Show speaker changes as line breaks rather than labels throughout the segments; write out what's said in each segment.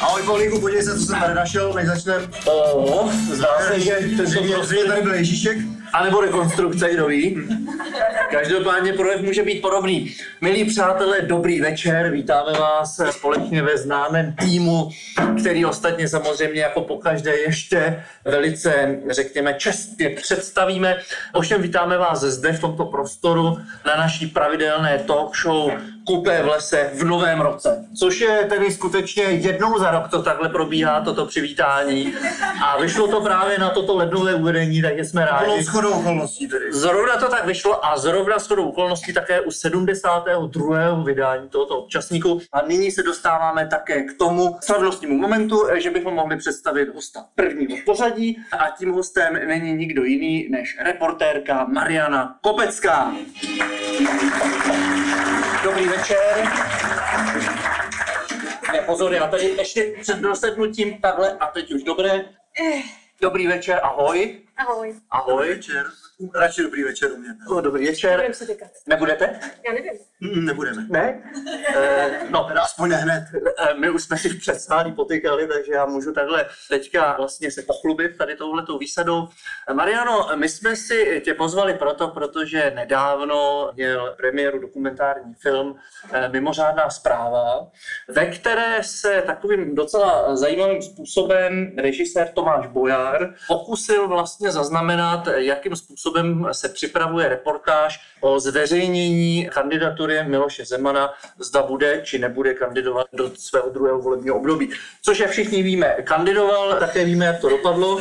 Ahoj Paulínku, podívej se, co jsem tady našel, než začneme.
Oh, zdá se, že tento
Zřejmě tady
prostor,
byl Ježíšek.
anebo prostě- rekonstrukce, kdo ví. Každopádně projev může být podobný. Milí přátelé, dobrý večer, vítáme vás společně ve známém týmu, který ostatně samozřejmě jako pokaždé ještě velice, řekněme, čestně představíme. Ovšem vítáme vás zde v tomto prostoru na naší pravidelné talk show Kupé v lese v novém roce. Což je tedy skutečně jednou za rok to takhle probíhá, toto přivítání. A vyšlo to právě na toto lednové uvedení, takže jsme rádi.
Bylo shodou okolností tedy.
Zrovna to tak vyšlo a zrovna s chodou okolností také u 72. vydání tohoto občasníku. A nyní se dostáváme také k tomu slavnostnímu momentu, eh, že bychom mohli představit hosta prvního v pořadí. A tím hostem není nikdo jiný než reportérka Mariana Kopecká. Dobrý večer. Ne, pozor, já tady ještě před dosednutím takhle a teď už dobré. Dobrý večer, ahoj.
Ahoj.
Ahoj.
Večer. Radši dobrý večer u mě.
No, dobrý večer.
Budeme se říkat.
Nebudete?
Já nevím.
Mm, nebudeme.
Ne? E, no,
Teda aspoň ne hned.
e, my už jsme si před stáli potykali, takže já můžu takhle teďka vlastně se pochlubit tady touhletou výsadou. Eh, Mariano, my jsme si tě pozvali proto, protože nedávno měl premiéru dokumentární film e, Mimořádná zpráva, ve které se takovým docela zajímavým způsobem režisér Tomáš Bojar pokusil vlastně zaznamenat, jakým způsobem se připravuje reportáž o zveřejnění kandidatury Miloše Zemana, zda bude či nebude kandidovat do svého druhého volebního období. Což jak všichni víme, kandidoval, také víme, jak to dopadlo.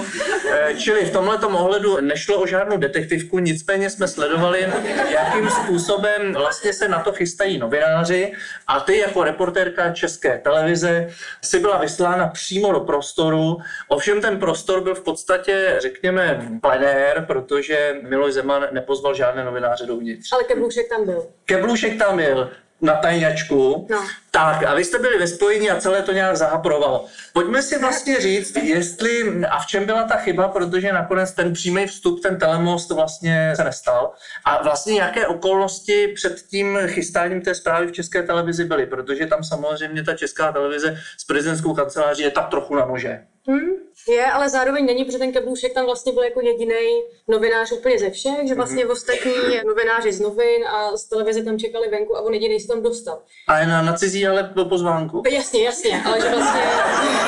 Eh, Čili v tomto ohledu nešlo o žádnou detektivku, nicméně jsme sledovali, jakým způsobem vlastně se na to chystají novináři a ty jako reportérka České televize si byla vyslána přímo do prostoru. Ovšem ten prostor byl v podstatě, řekněme, plenér, protože Miloš Zeman nepozval žádné novináře dovnitř.
Ale keblůšek tam byl.
Keblůšek tam jel na tajňačku.
No.
Tak, a vy jste byli ve spojení a celé to nějak zahaprovalo. Pojďme si vlastně říct, jestli a v čem byla ta chyba, protože nakonec ten přímý vstup, ten telemost vlastně se nestal. A vlastně jaké okolnosti před tím chystáním té zprávy v České televizi byly, protože tam samozřejmě ta Česká televize s prezidentskou kanceláří je tak trochu na nože.
Hm? Je, ale zároveň není, protože ten keblůšek tam vlastně byl jako jediný novinář úplně ze všech, že vlastně
Mhm.
ostatní novináři z novin a z televize tam čekali venku a on jediný se tam dostal.
A je na, na cizí, ale po pozvánku.
Jasně, jasně, ale že vlastně...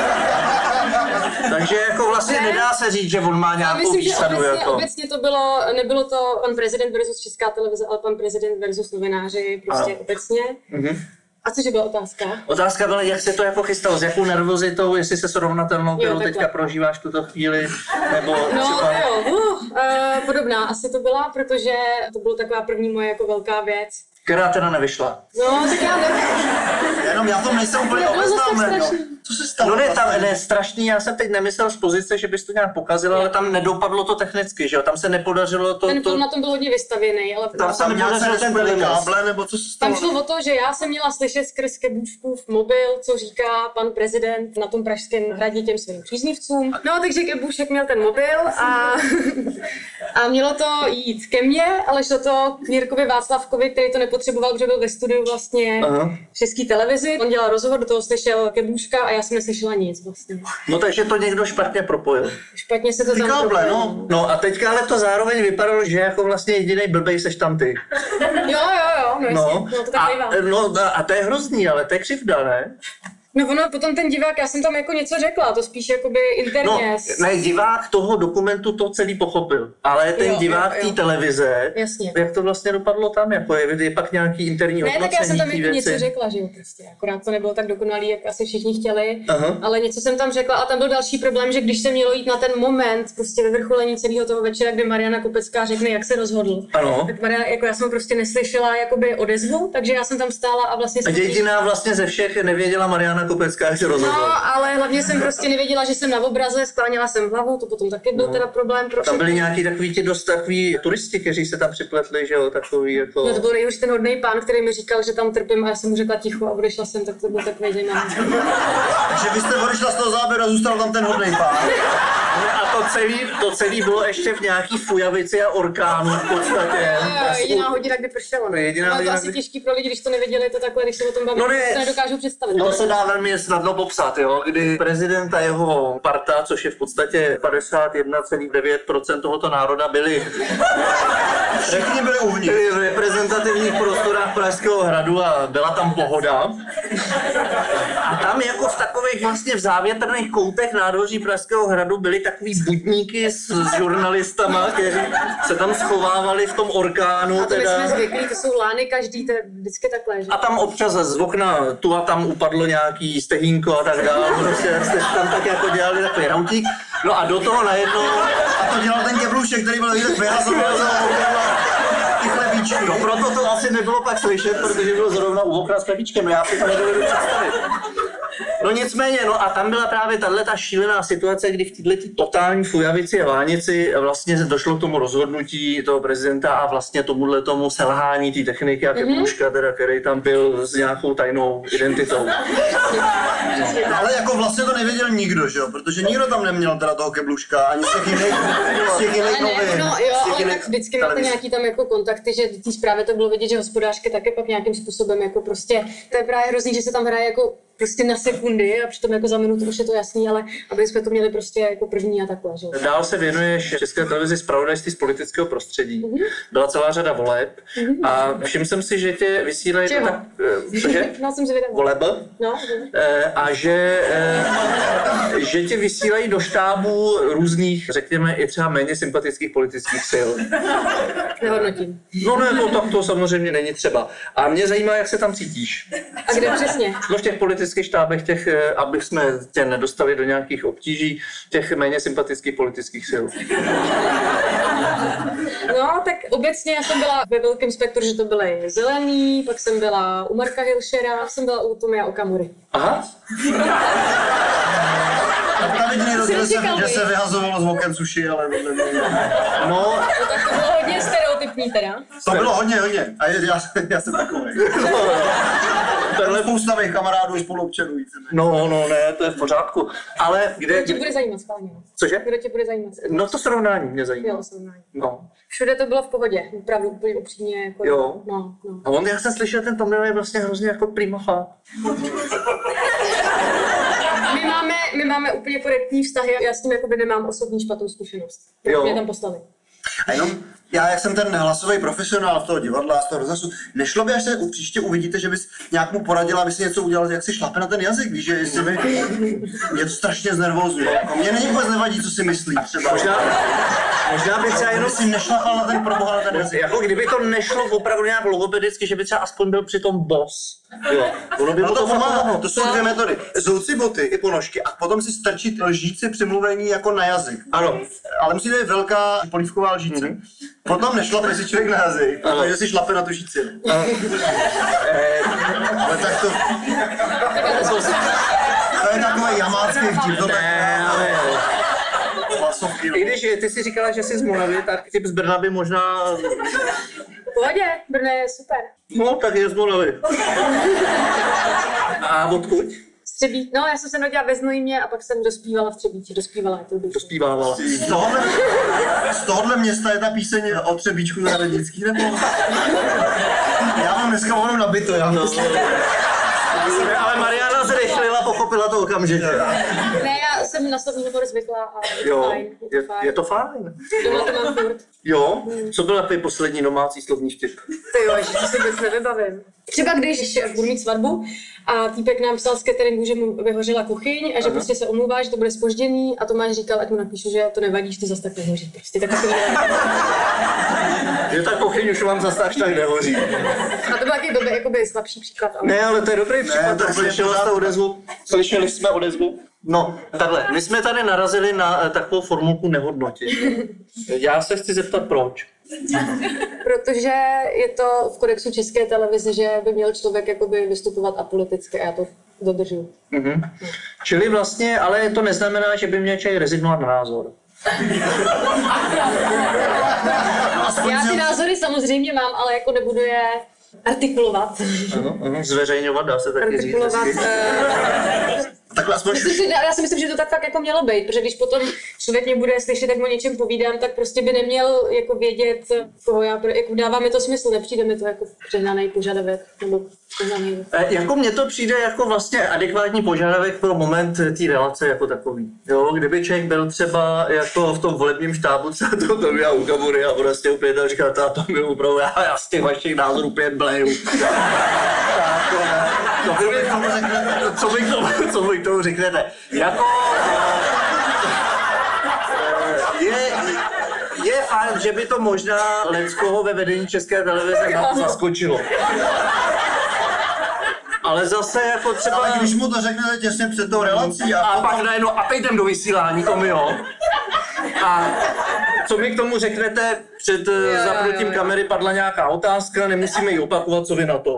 Takže jako vlastně
Ne.
nedá se říct, že on má
Já
nějakou
myslím, že
výsadu.
obecně,
jako.
obecně to bylo, nebylo to pan prezident versus česká televize, ale pan prezident versus novináři prostě
Ano.
obecně.
Mhm.
A cože byla otázka?
Otázka byla, jak se to jako chystalo, s jakou nervozitou, jestli se srovnatelnou, kterou
takhle.
teďka prožíváš v tuto chvíli, nebo
No,
třeba...
jo, uh, uh, podobná asi to byla, protože to byla taková první moje jako velká věc.
Která teda nevyšla.
No, tak já nevím.
Jenom já to nejsem úplně
Nebylo zas tak
obeznámen, jo.
strašný.
Co se stalo?
No ne,
vlastně?
tam ne, strašný, já jsem teď nemyslel z pozice, že bys to nějak pokazila, ale tam nedopadlo to technicky, že jo, tam se nepodařilo to...
Ten
to...
film na tom byl hodně vystavěný, ale
Tam se
Tam nějak
nepodařil
se
ten
rozpadly
telemost.
káble, nebo co se
tam
stalo?
šlo o to, že já jsem měla slyšet skrz kebůčku v mobil, co říká pan prezident na tom pražském hradě těm svým příznivcům. No, takže kebůšek měl ten mobil a, a mělo to jít ke mně, ale šlo to k Jirkovi Václavkovi, který to nepotřeboval, protože byl ve studiu vlastně
Aha.
v české televizi. On dělal rozhovor, do toho slyšel kebůška a já jsem neslyšela nic vlastně.
No takže to někdo špatně propojil.
Špatně se to
Ty
tam
káble,
propojilo.
no.
No a teďka ale to zároveň vypadalo, že jako vlastně jediný blbej seš tam ty.
Jo, jo, jo, no,
No,
jasně, no to tak bývá.
a, no a to je hrozný, ale to je křivda, ne?
No ono, potom ten divák, já jsem tam jako něco řekla, to spíš jakoby interně.
No,
s-
ne, divák toho dokumentu to celý pochopil, ale ten
Jo,
divák
jo, jo.
té televize,
Jasně.
jak to vlastně dopadlo tam, jako je, je pak nějaký interní
Ne, tak já
hodnocení
jsem tam
té
jako
věci.
něco řekla, že jo, prostě. Akorát to nebylo tak dokonalý, jak asi všichni chtěli.
Aha.
Ale něco jsem tam řekla a tam byl další problém, že když se mělo jít na ten moment, prostě ve vrcholení celého toho večera, kdy Mariana Kopecká řekne, jak se rozhodl.
Ano.
Tak Mariana, jako já jsem prostě neslyšela jakoby odezvu, takže já jsem tam stála a vlastně...
A
jsem-
jediná vlastně ze všech nevěděla Mariana Kopecká, jak se rozhodla.
No, ale hlavně jsem prostě nevěděla, že jsem na obraze, skláněla jsem hlavu, to potom taky byl teda problém. Pro
No. Tam byli
všechny.
nějaký takový ti dost takový turisti, kteří se tam připletli, že jo, takový jako...
No to byl nejhorší ten hodný pán, který mi říkal, že tam trpím a já jsem mu řekla ticho a odešla jsem, tak to byl takový zajímavý.
Takže vy jste odešla z toho záběru a zůstal tam ten hodnej pán.
A to celý, to celý bylo ještě v nějaký fujavici a orkánu v podstatě.
Jo, jediná hodina, kdy pršelo.
No, jediná
Ale to
hodina,
asi
kdy-
těžký pro lidi, když to nevěděli, to takhle, když se o tom baví,
No
no,
ne.
ne, to nedokážu představit.
To No, se dá velmi snadno popsat, jo? kdy prezident a jeho parta, což je v podstatě 51,9% tohoto národa, byli
Všichni byli uvnitř.
byli v reprezentativních prostorách Pražského hradu a byla tam pohoda. A tam jako v takových vlastně v závětrných koutech nádvoří Pražského hradu byly takový budníky s, s žurnalistama, kteří se tam schovávali v tom orkánu.
A to my
teda.
jsme zvyklí, to jsou lány každý, to je vždycky takhle, že?
A tam občas z okna tu a tam upadlo nějaký stehínko a tak dále. Prostě jste tam tak jako dělali takový rautík. No a do toho najednou...
A to dělal ten keblušek, který byl vidět vyhazoval ty chlebíčky.
No proto to asi nebylo pak slyšet, protože bylo zrovna u okna s chlebíčkem. No já si to nedovedu představit. No nicméně, no a tam byla právě tahle ta šílená situace, kdy v této totální fujavici a vánici vlastně došlo k tomu rozhodnutí toho prezidenta a vlastně tomuhle tomu selhání té techniky a Kepluška, teda, který tam byl s nějakou tajnou identitou.
No, ale jako vlastně to nevěděl nikdo, že jo? Protože nikdo tam neměl teda toho kebluška, ani z těch jiných, z těch jiných
A ne,
novin.
no
z těch
jo, ale
jiných
tak vždycky máte
televizí.
nějaký tam jako kontakty, že v té zprávě to bylo vidět, že hospodářky také pak nějakým způsobem jako prostě, to je právě hrozný, že se tam hraje jako prostě na sekundy a přitom jako za minutu už je to jasný, ale aby jsme to měli prostě jako první a takhle, že? jo.
Dál se věnuješ České televizi zpravodajství z politického prostředí. Byla celá řada voleb a všiml jsem si, že tě vysílají...
Čeho?
Tak, eh, cože?
No, jsem zvědavá.
Voleb?
No,
Eh, A že, eh, že tě vysílají do štábu různých, řekněme, i třeba méně sympatických politických sil.
nehodnotím.
No ne, to, tak to samozřejmě není třeba. A mě zajímá, jak se tam cítíš.
A kde přesně?
No v těch politických štábech, těch, eh, aby jsme tě nedostali do nějakých obtíží, těch méně sympatických politických sil.
No, tak obecně já jsem byla ve velkém spektru, že to byly zelený, pak jsem byla u Marka Hilšera, pak jsem byla u Tomia Okamury.
Aha,
Tam jediný rozdíl,
Jsem
se,
říkal,
že
vy.
se vyhazovalo s vokem suši, ale to nebylo.
no,
No, tak to bylo hodně stereotypní teda.
To bylo hodně, hodně. A je- já, já jsem takový.
No. tenhle
Spousta mých kamarádů, spoluobčanů. víceméně.
No, no, ne, to je v pořádku. Ale kde...
Kdo tě bude zajímat, schválně. no.
Cože?
Kdo tě bude zajímat?
No to srovnání mě zajímá.
Jo, srovnání.
No.
Všude to bylo v pohodě, opravdu úplně upřímně. Jako,
Jo.
No, no.
A on, já jsem slyšel, ten Tomil je vlastně hrozně jako primacha.
My, máme, my máme úplně korektní vztahy, já s ním jakoby nemám osobní špatnou zkušenost.
Jo.
Jo. Mě tam poslali.
A jenom, já jak jsem ten hlasový profesionál z toho divadla, z toho rozhlasu, nešlo by, až se u- příště uvidíte, že bys nějak mu poradila, aby si něco udělal, jak si šlape na ten jazyk, víš, že jestli by... Mě to strašně znervozuje. Jako, mě není vůbec nevadí, co si myslí třeba.
Možná, možná by třeba
Jenom
jenom...
si nešlapal na ten proboha na ten jazyk.
Jako kdyby to nešlo opravdu nějak logopedicky, že by třeba aspoň byl přitom boss. Jo. Ono by mu
No to
to
pomáhá,
pomohlo.
to jsou dvě metody. Zouci boty i ponožky a potom si strčit lžíci přimluvení jako na jazyk.
Ano.
Ale musí to být velká polívková lžíce. Mm-hmm. Potom nešlape si člověk na jazyk,
Mhm. Ano. Eh,
protože si šlape na tu žíci. Ale tak to, to je takový jamácký vtip, to tak no.
Ne, ale jo.
hlasovky.
I když ty si říkala, že jsi z Moravy, tak typ z Brna by možná...
V pohodě, Brno je super.
No, tak je z Moravy. A odkud?
Střebí, no já jsem se narodila ve Znojmě a pak jsem dospívala v Třebíči, dospívala je to dobře.
Dospívávala.
Z tohohle, z tohohle města je ta píseň o Třebíčku na Radnický, nebo? Já mám dneska volno nabito, já no.
Ale Mariana zrychlila, pochopila to okamžitě.
Ne, já jsem na slovní humor zvyklá a je to
Jo,
fajn, je to
je,
fajn.
je to fajn.
Doma to mám furt.
Jo, co byl takový poslední domácí slovní vtip?
Ty jo, že to si vůbec nevybavím. Třeba když budu mít svatbu a týpek nám psal z cateringu, že mu vyhořela kuchyň a že prostě se omlouvá, že to bude spožděný a Tomáš říkal, ať mu napíšu, že to nevadí, že to zase tak nehoří. Prostě tak to
Že ta kuchyň už vám zase až tak nehoří.
A to byl taky dobrý, jakoby slabší příklad. Ale...
Ne, ale to je dobrý příklad,
to
tak
úplně
slyšela jste
pořád.
odezvu. Slyšeli jsme odezvu. No, takhle, my jsme tady narazili na eh, takovou formulku nehodnotit. Já se chci zeptat, proč.
Protože je to v kodexu české televize, že by měl člověk jakoby vystupovat apoliticky a já to dodržuju.
Mhm. Čili vlastně, ale to neznamená, že by měl člověk rezignovat na názor.
Aspoň
Já
si
ty
ho-
názory samozřejmě mám, ale jako nebudu je artikulovat.
Ano, ano, Zveřejňovat dá se taky říct.
Artikulovat.
hezky.
eh,
Takhle aspoň
Myslím, že, já si myslím, že to tak fakt jako mělo být, protože když potom člověk mě bude slyšet, jak o něčem povídám, tak prostě by neměl jako vědět, koho já, pro- jako dává mi to smysl, nepřijde mi to jako přehnaný požadavek, nebo přehnaný.
Eh, Jako mně to přijde jako vlastně adekvátní požadavek pro moment té relace jako takový. Jo, kdyby člověk byl třeba jako v tom volebním štábu, třeba to to já u Gabury a vlastně úplně tam říká, "Tá, to byl opravdu, já, já z těch vašich názorů úplně bleju. Tak, eh, to by mi tomu řeknete, No, co mi k tomu, co mi k tomu řeknete. Jako, eh, je, je fajn, že by to možná Leckoho ve vedení České televize na- zaskočilo. Ale zase jako třeba...
Ale když mu to řeknete těsně před tou relací a,
A
potom-
pak najednou, a pejdem do vysílání, to mi jo. A co mi k tomu řeknete, před jo,
jo,
zapnutím
jo.
kamery padla nějaká otázka, nemusíme ji opakovat, co vy na to.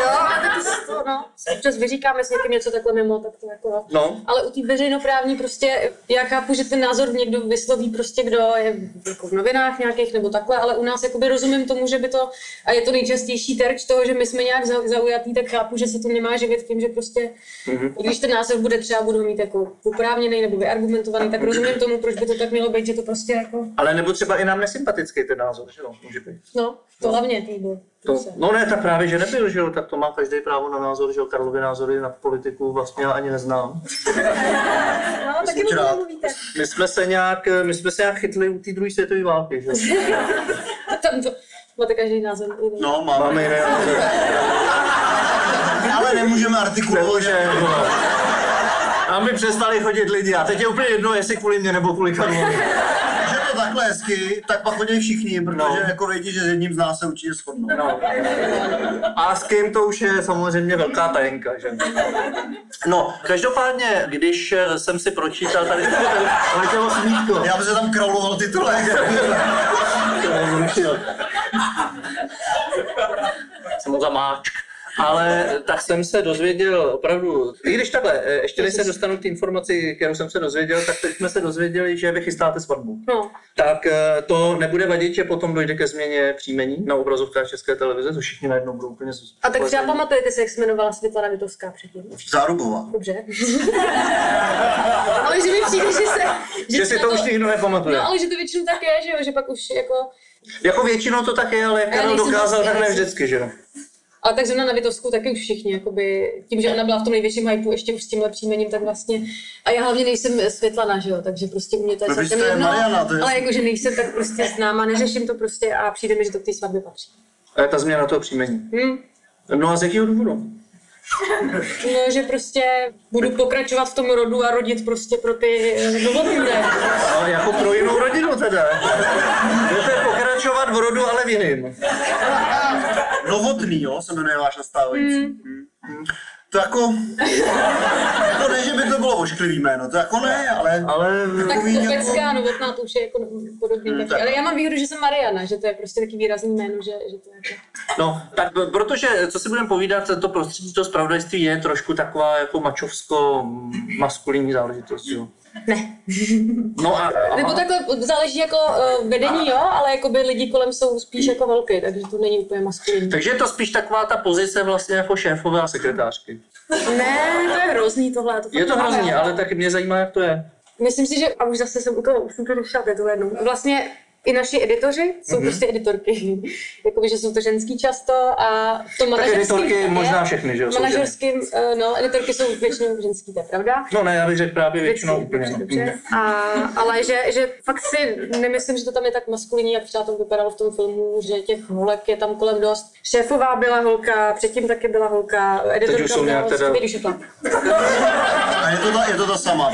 Jo, a tak to, to no, občas vyříkáme s někým něco takhle mimo, tak to jako no.
No.
Ale u té veřejnoprávní prostě, já chápu, že ten názor někdo vysloví prostě, kdo je jako v novinách nějakých nebo takhle, ale u nás jakoby rozumím tomu, že by to, a je to nejčastější terč toho, že my jsme nějak zau- zaujatý, tak chápu, že se to nemá živit tím, že prostě, mm-hmm. když ten názor bude třeba, budu mít jako oprávněný nebo vyargumentovaný, tak rozumím tomu, proč by to tak mělo být, že to prostě jako,
Ale nebo třeba i nám nesympatický ten názor, že jo, může být.
no, to hlavně prostě. to bylo.
To, no ne, tak právě, že nebyl, že jo, tak to má každý právo na názor, že jo, Karlovy názory na politiku vlastně já ani neznám.
No, taky o
rád.
tom mluvíte.
My jsme se nějak, eh, my jsme se nějak chytli u té druhé světové války, že jo.
Tam to, máte každý názor. jiný.
No, máme.
Máme jiné názory.
Ale nemůžeme artikulovat, že...
Bože, vole. A my přestali chodit lidi a teď je úplně jedno, jestli kvůli mě nebo kvůli Karlovi.
že to takhle hezky, tak pak chodí všichni, protože
No.
jako vědí, že s jedním z nás se určitě shodnou.
No. A s kým to už je samozřejmě velká tajenka, že? No, každopádně, když eh, jsem si pročítal tady letělo smítko.
Já bych se tam krouloval titulek.
Jsem ho zamáčk. Ale tak jsem se dozvěděl opravdu, i když takhle, eh, ještě než se dostanu k té informaci, kterou jsem se dozvěděl, tak teď jsme se dozvěděli, že vy chystáte svatbu.
No.
Tak eh, to nebude vadit, že potom dojde ke změně příjmení na obrazovkách České televize, to všichni najednou budou úplně z-
A tak třeba pamatujete si, jak se jmenovala Světlana Vitovská předtím?
Zárubová.
Dobře. ale že mi přijde, že se...
Že si
na
to už nikdo nepamatuje.
No, ale že to většinou tak je, že jo, že pak už jako...
Jako většinou to tak je, ale jak
Já
Karel
nejsem
dokázal,
zase-
tak ne
nejsem-
vždycky, že jo.
Ale tak zrovna na Vitovskou taky už všichni, jakoby, tím, že ona byla v tom největším hypeu, ještě už s tímhle příjmením, tak vlastně. A já hlavně nejsem Světlana, že jo, takže prostě u mě to je
No, vy jste Mariana, to je
ale
jasný.
jakože nejsem tak prostě známa, neřeším to prostě a přijde mi, že to k té svatbě patří.
A je ta změna toho příjmení.
Hm?
No a z jakého důvodu?
No, že prostě budu pokračovat v tom rodu a rodit prostě pro ty eh, novotné.
No, jako pro jinou rodinu teda. Budete pokračovat v rodu, ale v jiným.
Novotný, jo, se jmenuje váš nastávající. Mm. To jako... jako ne, že by to bylo ošklivý jméno, to jako ne, ale...
Ale
Tak
Takový jako-
kopecká novotná to už je jako podobný.
Hmm,
taky.
tak.
Ale já mám výhodu, že jsem Mariana, že to je prostě taky výrazný jméno, že, že to je jako...
No, tak protože, co si budeme povídat, to prostředí toho spravodajství je trošku taková jako mačovsko-maskulinní záležitost, jo.
Ne.
No a, a
Nebo takhle záleží jako uh, vedení, jo, ale jako by lidi kolem jsou spíš jako holky, takže to není úplně maskulinní.
takže je to spíš taková ta pozice vlastně jako šéfové a sekretářky.
Ne, to je hrozný tohle. To fakt
Je to
nemáme,
hrozný,
jo.
ale tak mě zajímá, jak to je.
Myslím si, že, a už zase jsem u toho, už jsem to došla, to je tohle jednou. Vlastně i naši editoři jsou mm-hmm.
Mhm.
prostě editorky. Jakoby, že jsou to ženský často a v tom
Tak
manažerským
editorky
taky.
možná všechny, že jo, jsou ženy.
Manažerským, eh, no, editorky jsou většinou ženský, to je pravda.
No ne, já bych řekl právě většinou
Většinou,
úplně. no.
dobře, dobře. A, ale že, že fakt si nemyslím, že to tam je tak maskulinní, jak třeba to vypadalo v tom filmu, že těch holek je tam kolem dost. Šéfová byla holka, předtím taky byla holka, editorka
už jsou
byla
nějak teda-
skvělý, když je tam.
A je to ta, je to ta sama.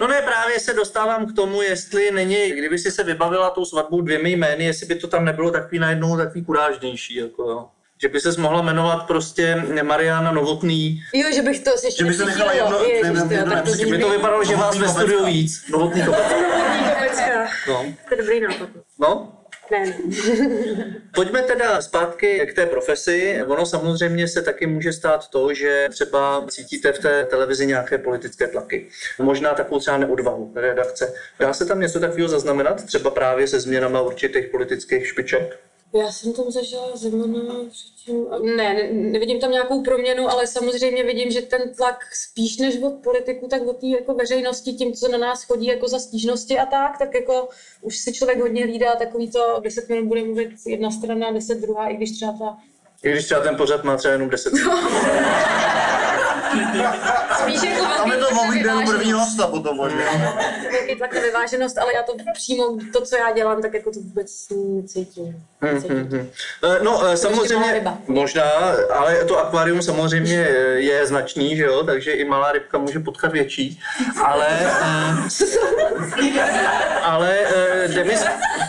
No ne, právě se dostávám k tomu, jestli není, kdyby si se vybavila tou svatbou dvěmi jmény, jestli by to tam nebylo takový najednou takový kurážnější, jako jo. Že by se mohla jmenovat prostě Mariana Novotný.
Jo, že bych to si ještě
Že by se
nepřitíhla,
nechala jedno,
ježiš,
jedno,
ty jo,
jedno
tak to
napsat, že
zní
By to
blbý.
vypadalo, že vás ve
Novotný
studiu
Kopecká.
víc. Novotný kopec.
Kopecká.
No.
To je dobrý nápad.
no.
Ne, ne.
Pojďme teda zpátky k té profesi. Ono samozřejmě se taky může stát to, že třeba cítíte v té televizi nějaké politické tlaky. Možná takovou třeba neodvahu redakce. Dá se tam něco takového zaznamenat? Třeba právě se změnama určitých politických špiček?
Já jsem tam zažila Zemana předtím. Ne, ne, nevidím tam nějakou proměnu, ale samozřejmě vidím, že ten tlak spíš než od politiku, tak od té jako veřejnosti, tím, co na nás chodí jako za stížnosti a tak, tak jako už si člověk hodně hlídá takový to, 10 minut bude mluvit jedna strana, 10 druhá, i když třeba ta
I když třeba ten pořad má třeba jenom 10
Spíš jako
Tam je
velký
to
tlak na
volí den první
vyváženost.
hosta potom možná.
Velký tlak na vyváženost, ale já to přímo, to, co já dělám, tak jako to vůbec necítím. necítím.
Eh, No, eh,
prostě malá
samozřejmě,
ryba.
možná, ale to akvárium samozřejmě eh, je značný, že jo, takže i malá rybka může potkat větší, ale, eh, ale eh, jde mi,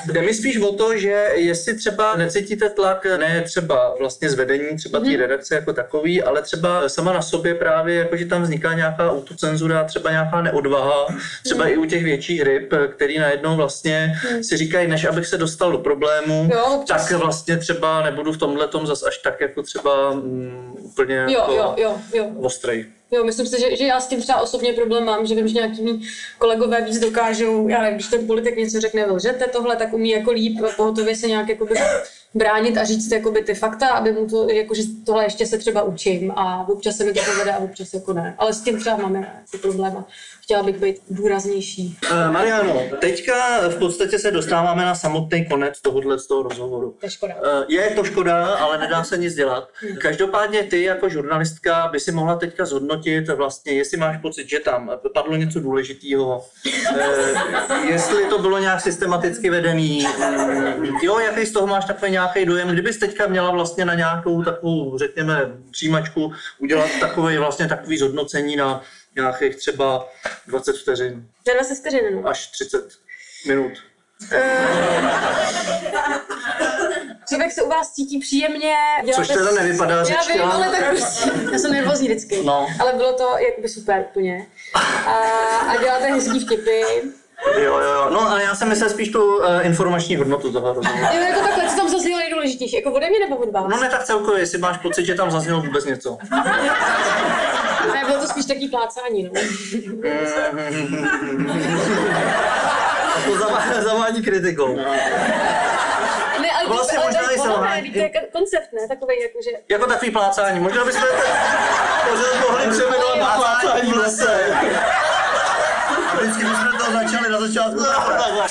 jde mi spíš o to, že jestli třeba necítíte tlak, ne třeba vlastně z vedení třeba
Mhm.
té redakce jako takový, ale třeba sama na sobě právě, jako že tam vzniká nějaká autocenzura, třeba nějaká neodvaha, třeba i u těch větších ryb, eh, který najednou vlastně si říkají, než abych se dostal do problému,
Mhm. Jo, občas.
tak vlastně třeba nebudu v tomhle tom zas až tak jako třeba mm, úplně
Jo,
jako
jo, jo, jo.
ostrej.
Jo, myslím si, že, že já s tím třeba osobně problém mám, že vím, že nějaký mý kolegové víc dokážou, já nevím, když ten politik něco řekne, vy lžete tohle, tak umí jako líp pohotově se nějak jakoby bránit a říct jakoby ty fakta, aby mu to, jako, že tohle ještě se třeba učím a občas se mi to povede a občas jako ne. Ale s tím třeba máme si problém a chtěla bych být důraznější.
Eh, Mariano, teďka v podstatě se dostáváme na samotný konec tohohle z toho rozhovoru.
To je škoda.
Eh, Je to škoda, ale nedá se nic dělat. Každopádně ty jako žurnalistka by si mohla teďka zhodnotit vlastně, jestli máš pocit, že tam padlo něco důležitého, jestli to bylo nějak systematicky vedený, eh, jo, jaký z toho máš takový nějaký dojem, kdybys teďka měla vlastně na nějakou takovou, řekněme, přijímačku udělat takový vlastně takový zhodnocení na nějakých třeba 20 vteřin
Teda se vteřiny, no.
až 30 minut.
Člověk se u vás cítí příjemně.
Což teda nevypadá
Já
řečka.
vím, ale tak prostě, já jsem nervózní vždycky.
No.
Ale bylo to jakoby super úplně. A, a děláte hezký vtipy.
Jo, jo, jo. No, ale já jsem myslel spíš tu uh, informační hodnotu toho rozhovoru.
Jo, jako takhle, co tam zaznělo nejdůležitější, jako ode mě nebo od vás?
No ne tak celkově, jestli máš pocit, že tam zaznělo vůbec něco. no.
Ne, bylo to spíš taký plácání, no.
To zavá- zavání kritikou.
Ne, ale
Vlastně
ale
možná
to je
i
ono,
selhání.
ne, to je ka- koncept, ne, takovej jakože...
Jako takový plácání. Možná bychom ten pořád mohli přeměnovat na plácání v lese.
Vždycky když jsme to začali na začátku.
A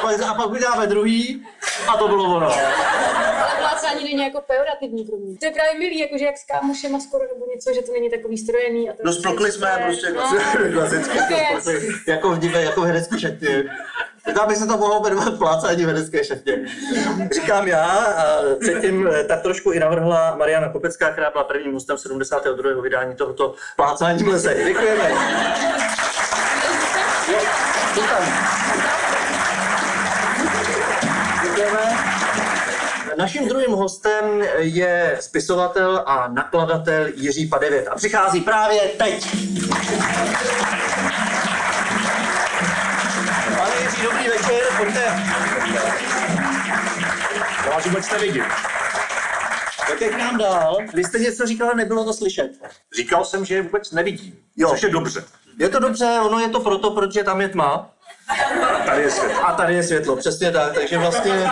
pak- A pak uděláme druhý a to bylo ono.
Ale plácání není jako pejorativní pro mě. To je právě milý, jakože jak s kámošema skoro nebo něco, že to není takový strojený. A to No,
No splkli jsme prostě klasicky.
prostě.
Jako v divé, jako v herecké šatně. Tak by se to mohlo jmenovat plácání v herecké šatně. Říkám já a předtím eh, tak trošku i navrhla Mariana Kopecká, která byla prvním hostem 72. vydání tohoto plácání v lese. Děkujeme. Děkujeme. Děkujeme. Naším druhým hostem je spisovatel a nakladatel Jiří Padevět a přichází právě teď. Pane Jiří, dobrý večer, pojďte.
Já vás vůbec nevidím.
Pojďte k nám dál. Vy jste něco říkal, nebylo to slyšet.
Říkal jsem, že je vůbec nevidím,
Jo.
jo. což je dobře.
Je to dobře, ono je to proto, protože tam je tma.
Tady je svět.
A tady je světlo, přesně tak. Takže vlastně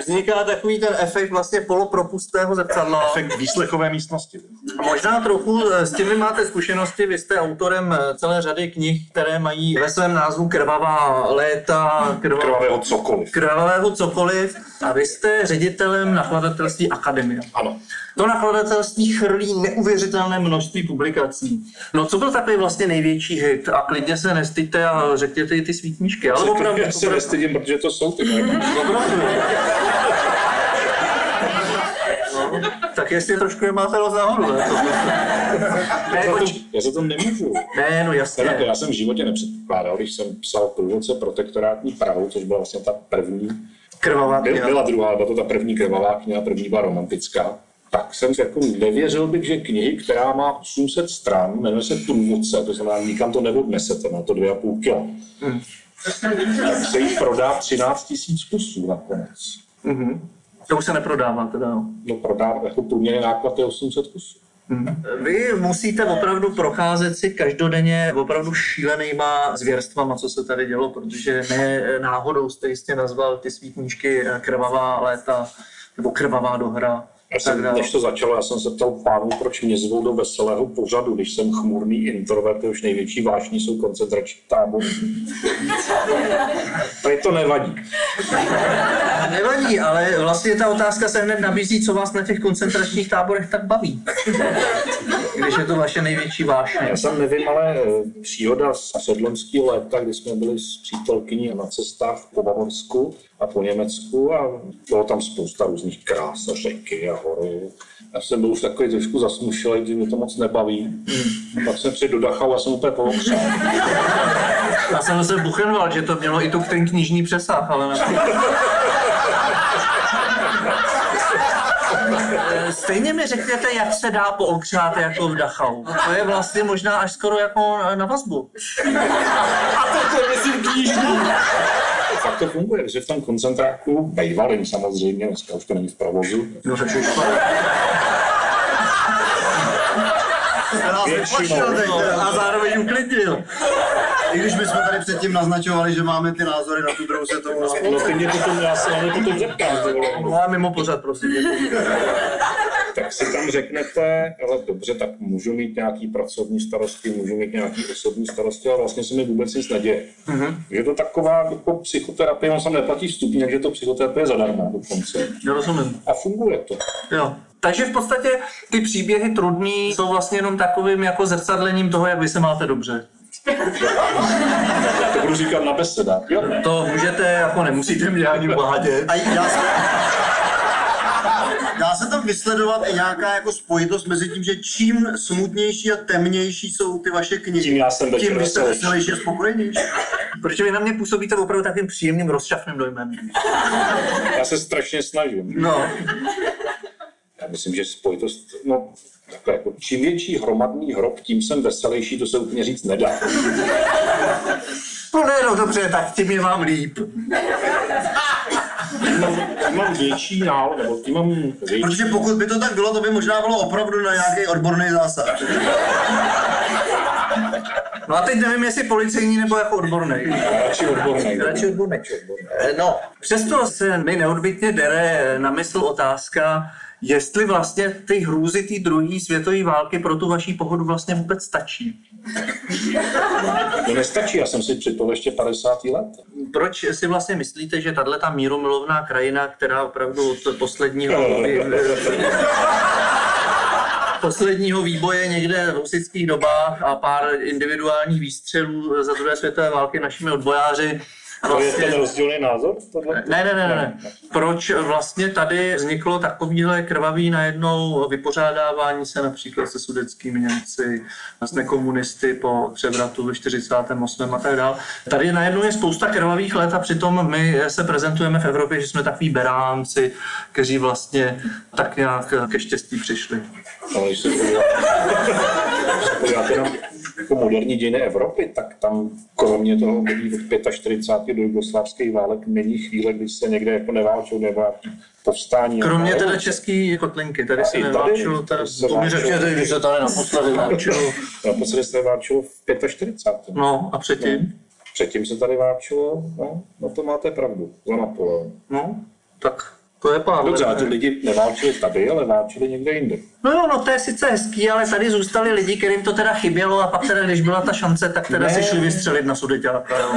vzniká takový ten efekt vlastně polopropustného zrcadla.
Efekt výslechové místnosti.
Možná trochu eh, s tím vy máte zkušenosti, vy jste autorem eh, celé řady knih, které mají ve svém názvu krvavá léta, krvavé,
Krvavého cokoliv.
krvavého cokoliv a vy jste ředitelem nakladatelství Akademie.
Ano.
To nakladatelství chrlí neuvěřitelné množství publikací. No co byl takový vlastně největší hit? A klidně se nestyďte a řekněte i ty svý knížky, ale opravdu,
Já se
opravdu,
nestydím, protože to jsou ty moje.
opravdu. No, tak jestli trošku je máte dost nahoru, ne? To- ne,
Já za
poč-
to- Já za to nemůžu.
ne, no
Teda to
jasně.
já jsem v životě nepředpokládal, když jsem psal průvodce protektorátní právo, což byla vlastně ta první,
Krvavá
byl-
kniha.
byla druhá, byla to ta první krvavá kniha, první byla romantická, tak jsem si jako nevěřil bych, že knihy, která má 800 stran, jmenuje se Průvodce, to znamená, nikam to neodnesete, má to 2,5 kg. Tak se jí prodá 13 000 kusů nakonec.
To už se neprodává teda.
No prodá, jako průměrný náklad je 800 kusů.
Vy musíte opravdu procházet si každodenně opravdu šílenýma zvěrstvama, co se tady dělo, protože ne náhodou jste jistě nazval ty svý knížky eh, Krvavá léta nebo Krvavá dohra. a
Já
tak
jsem,
dále.
než to začalo, já jsem se ptal pánů, proč mě zvou do veselého pořadu, když jsem chmurný introvert, už největší vášní jsou koncentrační tábory. Tady to nevadí.
Nevadí, ale vlastně ta otázka se hned nabízí, co vás na těch koncentračních táborech tak baví. Když je to vaše největší vášeň.
Já jsem nevím, ale eh, příhoda z předlonského léta, kdy jsme byli s přítelkyní na cestách po Bavorsku a po Německu a bylo tam spousta různých krás a řeky a hory. Já jsem byl už takový trošku zasmušilý, když mě to moc nebaví. Pak jsem přijel do Dachau a jsem úplně pohokřel.
Já jsem se buchenval, že to mělo i tu ten knižní přesah, ale ne. Eh, Stejně mi řekněte, jak se dá pookřát jako v Dachau. To je vlastně možná až skoro jako na vazbu.
Fakt to funguje, že v tom koncentráku, bejvalým samozřejmě, dneska už to není v provozu,
No řečeš to.
Jste nás vyplašil
No.
teď teda.
No, A zároveň uklidnil.
I když my jsme tady předtím naznačovali, že máme ty názory na tu druhou světovou válku.
No ty mě potom, já se na ně potom zeptám, ty vole.
No a mimo jako- pořád, prosím.
Tak si tam řeknete, ale dobře, tak můžu mít nějaký pracovní starosti, můžu mít nějaký osobní starosti, ale vlastně se mi vůbec nic neděje. Mm-hmm. Je to taková jako psychoterapie, on sám neplatí vstupní, takže to psychoterapie je zadarmo dokonce.
Já rozumím.
A funguje to.
Jo. Takže v podstatě ty příběhy trudný jsou vlastně jenom takovým jako zrcadlením toho, jak vy se máte dobře.
To budu říkat na besedách, jo?
To můžete, jako nemusíte mě ani uvádět.
A já se... Dá se tam vysledovat i nějaká jako spojitost mezi tím, že čím smutnější a temnější jsou ty vaše knihy,
Tím já jsem
tím
večer
vy jste
veselější.
veselější a spokojenější.
Protože vy na mě působíte opravdu takovým příjemným rozšafným dojmem.
Já se strašně snažím.
No,
Já myslím, že spojitost, no, takhle jako čím větší hromadný hrob, tím jsem veselější, to se úplně říct nedá.
no ne, no dobře, tak tím je vám líp.
Tím mám, tím mám větší nál, nebo tím mám větší
Protože pokud by to tak bylo, to by možná bylo opravdu na nějaký odborný zásah.
No a teď nevím, jestli policejní nebo jako odborný.
radši odborný.
Radši odborný. Eh, No, přesto se mi neodbitně dere eh, na mysl otázka, jestli vlastně ty hrůzy té druhé světové války pro tu vaší pohodu vlastně vůbec stačí.
To No, nestačí, já jsem si připal ještě 50 let.
Proč si vlastně myslíte, že tahle ta míromilovná krajina, která opravdu od posledního, doby-
Vlastně-
posledního výboje někde v husitských dobách a pár individuálních výstřelů za druhé světové války našimi odbojáři,
To je ten
vlastně...
rozdílný názor? Tohle?
Ne, ne, ne, ne, ne. Proč vlastně tady vzniklo takovýhle krvavý najednou vypořádávání se například se sudeckými Němci, vlastně komunisty po převratu ve 48. a tak dál. Tady najednou je spousta krvavých let a přitom my se prezentujeme v Evropě, že jsme takový beránci, kteří vlastně tak nějak ke štěstí přišli.
No, když se podíváte, když se podíváte na jako moderní dějiny Evropy, tak tam kromě toho období od 45. do jugoslávských válek není chvíle, kdy se někde jako neválčil, nebo nějaký povstání.
Kromě
nebo-
teda český kotlinky, tady se
i tady
neválčilo, tady,
se
to mi
válčilo.
řekněte, když se tady naposledy válčilo.
No, Naposledy se válčilo v 45.
No a předtím?
Předtím se tady válčilo, no, no to máte pravdu, za Napoleon.
No, tak to je pár.
Dobře,
let,
ale
ne?
ty lidi neválčili tady, ale válčili někde jinde.
No jo, no to je sice hezký, ale tady zůstali lidi, kterým to teda chybělo a pak teda, když byla ta šance, tak teda
Ne.
si šli vystřelit na sudeťáka. jo.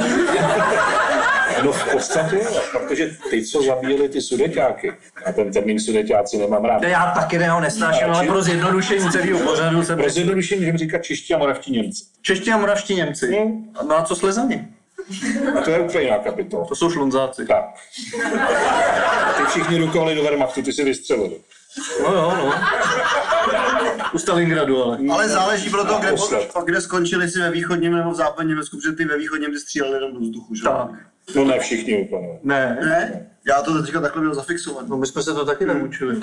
No v podstatě, jo, protože ty, co zabíjeli ty sudeťáky, a ten termín sudeťáci nemám rád.
Ne, Já taky ne, ho nesnáším, ale pro zjednodušení celého pořadu jsem...
Pro zjednodušení můžeme říkat čeští a moravští Němci.
Čeští a moravští Němci. No a co slezani?
To je úplně jiná kapitola.
To jsou šlunzáci.
Tak. Ty všichni rukovali do Wehrmachtu, ty si vystřelili.
No jo, no. U Stalingradu ale.
Ale záleží pro to, kde,
Naposled.
kde skončili si ve východním nebo v západním Německu, protože ty ve východním ty stříleli jenom do vzduchu, že?
Tak.
No ne všichni úplně.
Ne.
Ne? Já to teďka takhle měl zafixovaný.
No my jsme se to taky naučili.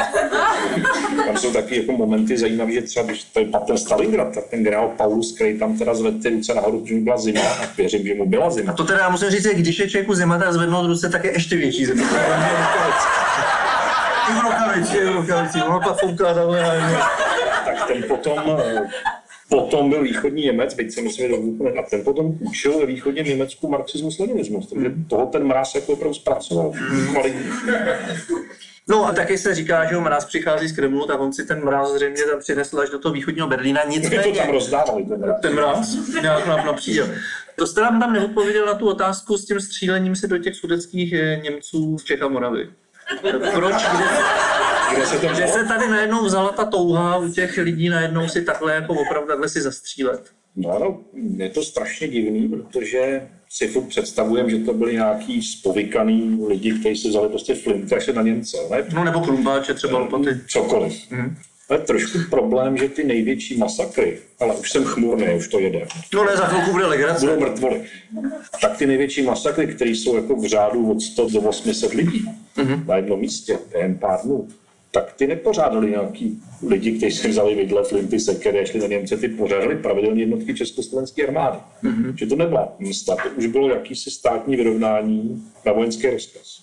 Tam jsou taky jako momenty zajímavé, že třeba když tady padl ten Stalingrad, tak ten generál Paulus, který tam teda zvedl ty ruce nahoru, protože mu byla zima, a věřím, že mu byla
A
zima.
to teda já musím říct, že když je člověku zima, tak zvednout ruce, tak je ještě větší zima.
I v rukavici.
Je v rukavici, ono pak fouká takhle.
Tak ten potom, eh, potom byl východní Němec, byť si myslím, že to úplně- a ten potom učil východně Německu marxismus leninismus, takže toho ten mráz jako opravdu zpracoval. Kvalitní.
No a taky se říká, že mráz přichází z Kremlu, tak on si ten mráz zřejmě tam přinesl až do toho východního Berlína,
To tam
nicméně
rozdávali ten mráz.
ten mráz nějak nám napříjel. To jste nám tam neodpověděl na tu otázku s tím střílením se do těch sudeckých eh, Němců z Čech a Moravy. Proč? Kde,
Kde se to
kde
vzalo?
se tady najednou vzala ta touha u těch lidí najednou si takhle jako opravdu takhle si zastřílet?
No ano, je to strašně divný, protože si furt představujem, že to byli nějaký spovykaný lidi, kteří si vzali prostě flint a šli na Němce. Ne?
No nebo krumbáče třeba lopaty.
Cokoliv.
Mhm.
To je trošku problém, že ty největší masakry, ale už jsem chmurný, už to jede,
No ne, za chvilku bude legrace.
budou mrtvoly. Tak ty největší masakry, které jsou jako v řádu od 100 do 800 lidí na jednom místě, během pár dnů, tak ty nepořádali nějaký lidi, kteří si vzali vidle, flinty, sekery a šli na Němce, ty pořádali pravidelné jednotky československé armády. Mm-hmm. Že to nebyla msta, to už bylo jakýsi státní vyrovnání na vojenský rozkaz.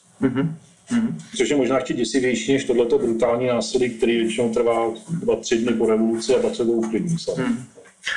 Což je možná ještě děsivější než tohleto brutální násilí, který většinou trvá dva, tři dny po revoluci a pak se to uklidní sami.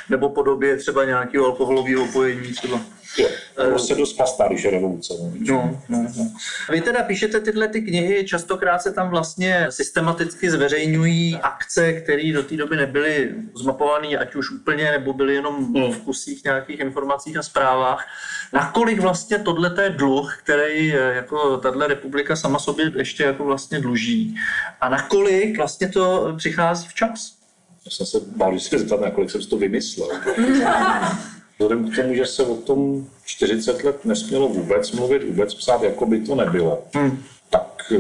Nebo podobě třeba nějakého alkoholového opojení třeba.
Jo, prostě dost pastá, když je revoluce. no.
No, no, no. Vy teda píšete tyhle ty knihy, častokrát se tam vlastně systematicky zveřejňují akce, které do té doby nebyly zmapované, ať už úplně, nebo byly jenom v kusích nějakých informacích a zprávách. Nakolik vlastně tohle je dluh, který eh, jako tahle republika sama sobě ještě jako vlastně dluží a nakolik vlastně to přichází včas?
Já jsem se bál, že se zeptat, na kolik jsem si to vymyslel. Vzhledem k tomu, že se o tom 40 let nesmělo vůbec mluvit, vůbec psát, jako by to nebylo, hmm. tak eh,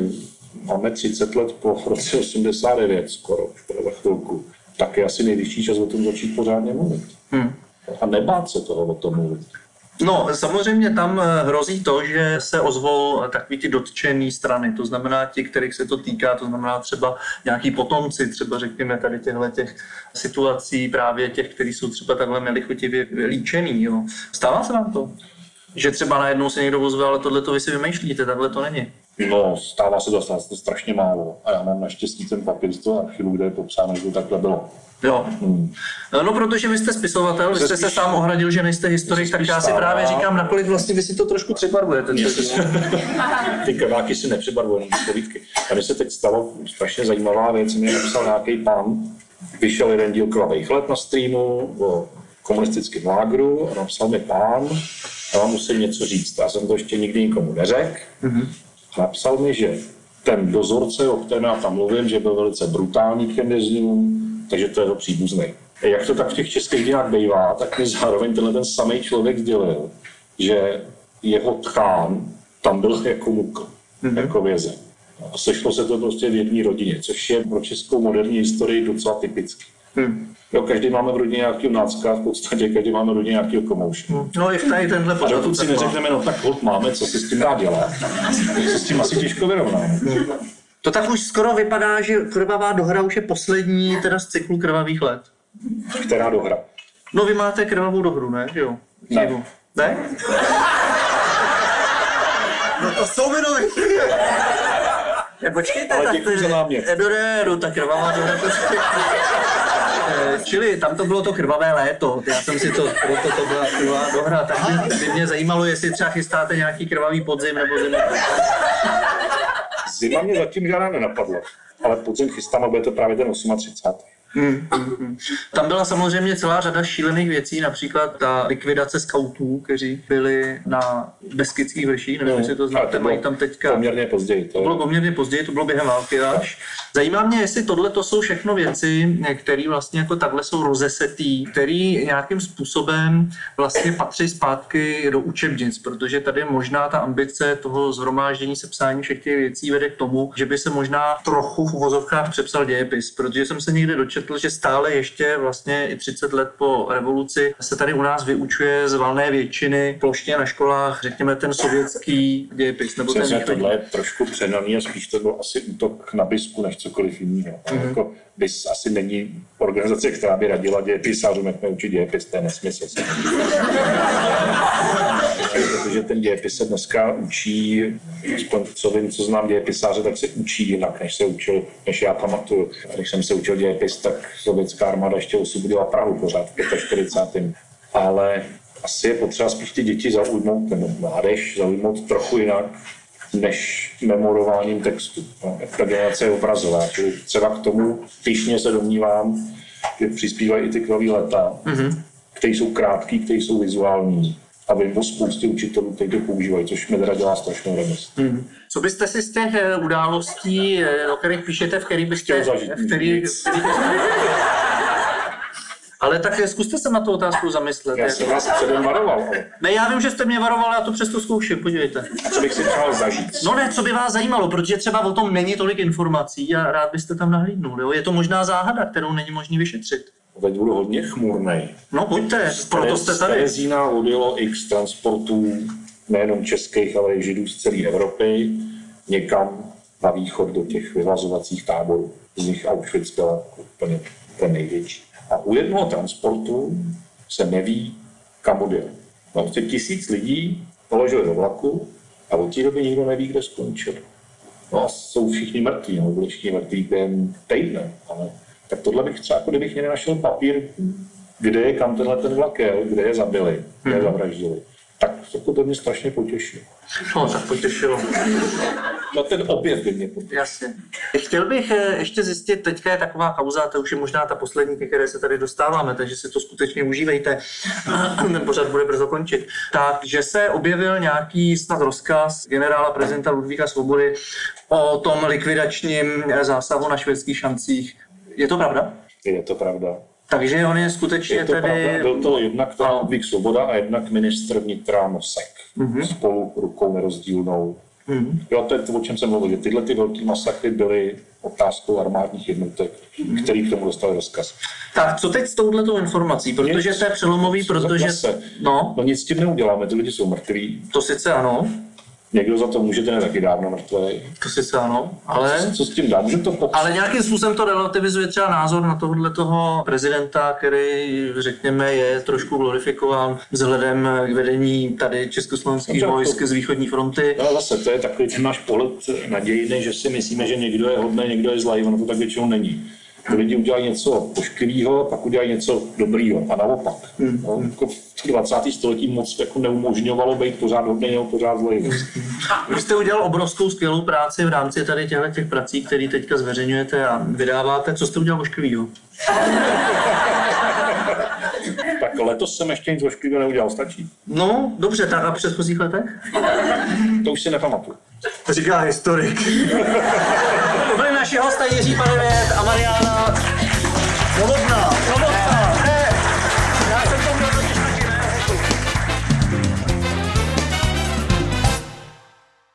máme 30 let po roce 89 skoro, už to je za chvilku, tak je asi nejvyšší čas o tom začít pořádně mluvit.
Hmm.
A nebát se toho o tom mluvit.
No, samozřejmě tam eh, hrozí to, že se ozvou eh, takový ty dotčené strany, to znamená ti, kterých se to týká, to znamená třeba nějaký potomci, třeba řekněme tady těchto těch situací, právě těch, kteří jsou třeba takhle nelichotivě líčený. Jo. Stává se vám to? Že třeba najednou se někdo ozve, ale tohle to vy si vymýšlíte, takhle to není.
No, stává se to, stává se to strašně málo. A já mám naštěstí ten papír z toho archivu, kde je popsáno, že to takhle bylo.
Jo.
Hmm.
No, protože vy jste spisovatel, vy
se
jste se
spíš-
sám ohradil, že nejste historik,
se
tak
spíš
já si
stává.
právě říkám, nakolik vlastně vy si to trošku přebarvujete.
Ty krváky si nepřebarvují, jenom povídky. Tady se teď stalo strašně zajímavá věc, mě napsal nějaký pán, vyšel jeden díl Klavejch let na streamu o komunistickém lágru a napsal mi pán, já vám musím něco říct, já jsem to ještě nikdy nikomu neřekl. Napsal mi, že ten dozorce, o kterém já tam mluvím, že byl velice brutální k těm vězňům, takže to je jeho příbuzný. Jak to tak v těch českých dělách bývá, tak mi zároveň tenhle ten samý člověk sdělil, že jeho tchán tam byl jako mukl, mm-hmm. jako vězeň. A sešlo se to prostě v jedné rodině, což je pro českou moderní historii docela typický.
Hmm.
Jo, každý máme v rodině nějaký nácka, v podstatě každý máme v rodině nějaký komoušnu.
No i v tady tenhle
A
pořadu
dokud si
tak má.
neřekneme, no tak hod máme, co si s tím dá dělat, tak se s tím asi těžko vyrovnáme.
To tak už skoro vypadá, že krvavá dohra už je poslední teda z cyklu krvavých let.
Která dohra?
No vy máte krvavou dohru, ne? Že jo?
Ne.
Knihu. Ne?
No to jsou mi noviny.
Ne, počkejte,
Ale
tak
děkuji
to-
za námět.
Eh, No ne, no ta krvavá dohra to je- Eh, Čili tam to bylo to krvavé léto, já jsem si to, proto to byla krvavá dohra, tak by, by mě zajímalo, jestli třeba chystáte nějaký krvavý podzim nebo zimu.
Zima mě zatím žádná nenapadla, ale podzim chystám a bude to právě ten 38.
Tam byla samozřejmě celá řada šílených věcí, například ta likvidace skautů, kteří byli na Beskidských vrších, nevím, jestli to
No, Ale
znáte,
bylo
mají tam teďka...
Poměrně později. To
To bylo
je.
poměrně později, to bylo během války až. Zajímá mě, jestli tohle to jsou všechno věci, které vlastně jako takhle jsou rozesetý, který nějakým způsobem vlastně patří zpátky do učebnic, protože tady možná ta ambice toho zhromáždění, sepsání všech těch věcí vede k tomu, že by se možná trochu v uvozovkách přepsal dějepis, protože jsem se někde dočetl, že stále ještě vlastně i 30 let po revoluci se tady u nás vyučuje z valné většiny plošně na školách, řekněme ten sovětský dějepis nebo ten
Přesně
východní.
tohle je trošku přehnaný a spíš to byl asi útok na bisku než cokoliv jiného.
Mhm.
Mm-hmm. Jako BIS asi není organizace, která by radila dějepisářům, jak mají učit dějepis, to je nesmysl. protože ten dějepis se dneska učí, aspoň co vím, co znám dějepisáře, tak se učí jinak, než se učil, než já pamatuju. A Když jsem se učil dějepis, tak sovětská armáda ještě osvobodila Prahu pořád v 45. Ale asi je potřeba spíš ty děti zaujmout, nebo mládež zaujmout trochu jinak, než memorováním textu. No, Ta generace je obrazová, čili třeba k tomu píšně se domnívám, že přispívají i ty nový leta, mm-hmm. které jsou krátké, které jsou vizuální. A vím o spoustě učitelů, kteří to používají, což mi teda dělá strašnou radost.
Hmm.
Mm.
Co byste si z těch eh, událostí, eh, o kterých píšete, v který byste...
Chtěl zažít.
v který,
Nic.
ale tak eh, zkuste se na tu otázku zamyslet.
Já jsem vás předem varoval, ale
Ne, já vím, že jste mě varoval, já to přesto zkouším, podívejte.
co bych si přál zažít?
No ne, co by vás zajímalo, protože třeba o tom není tolik informací a rád byste tam nahlídnul. Jo? Je to možná záhada, kterou není možné vyšetřit.
Teď budu hodně chmurnej.
No pojďte, proto jste tady.
Terezína odjelo x transportů, nejenom českých, ale i židů z celé Evropy, někam na východ do těch vyvazovacích táborů. Z nich Auschwitz byl úplně ten největší. A u jednoho transportu se neví, kam odjel. No, prostě tisíc lidí položili do vlaku a od té doby nikdo neví, kde skončil. No a jsou všichni mrtví, nebo byli všichni mrtví během týdne, ale tak tohle bych třeba, jako kdybych někde našel papír, kde je kam tenhle ten vlak jel, kde je zabili, kde je zavraždili. Tak jako to mě strašně potěšilo.
No, tak potěšilo.
No ten objev by mě potěšil.
Jasně. Chtěl bych eh, ještě zjistit, teďka je taková kauza, to už je možná ta poslední, ke které se tady dostáváme, takže si to skutečně užívejte. Ten pořad bude brzo končit. Takže se objevil nějaký snad rozkaz generála prezidenta Ludvíka Svobody o tom likvidačním eh, zásahu na švédských šancích. Je to pravda?
Je to pravda.
Takže on je skutečně
Je to pravda.
tedy...
Byl to jednak ten
Ano.
Ludvík Svoboda a jednak ministr vnitra Nosek. Spolu rukou nerozdílnou. Jo, to je to, o čem jsem mluvil, že tyhle ty velké masakry byly otázkou armádních jednotek, který k tomu dostali rozkaz.
Tak co teď s touhletou informací? Protože
Nic.
to je přelomový, protože...
Zase.
No,
No nic s tím neuděláme, ty lidi jsou mrtví,
to sice ano,
někdo za to může, ten je taky dávno mrtvý.
to sice ano, ale...
Co s tím dá? Můžeme to popsat.
Ale nějakým způsobem to relativizuje třeba názor na tohle toho prezidenta, který, řekněme, je trošku glorifikován vzhledem k vedení tady československých
Dobře, to-
vojsk z východní fronty.
Ale No, zase, to je takový ten náš pohled nadějný, že si myslíme, že někdo je hodný, někdo je zlý, ono to tak většinou není. Ty lidi udělají něco pošklivého, pak udělají něco dobrýho a naopak.
Hmm.
No, jako v 20. století moc jako neumožňovalo být pořád hodný nebo pořád zlý.
Vy jste udělal obrovskou skvělou práci v rámci tady těchto těch prací, které teďka zveřejňujete a vydáváte. Co jste udělal ošklivýho?
Tak letos jsem ještě nic pošklivého neudělal, stačí.
No, dobře, tak a v předchozích letech?
To už si nepamatuju.
Říká historik.
To byli naši hosté Jiří Padevět a Mariana
Novotná.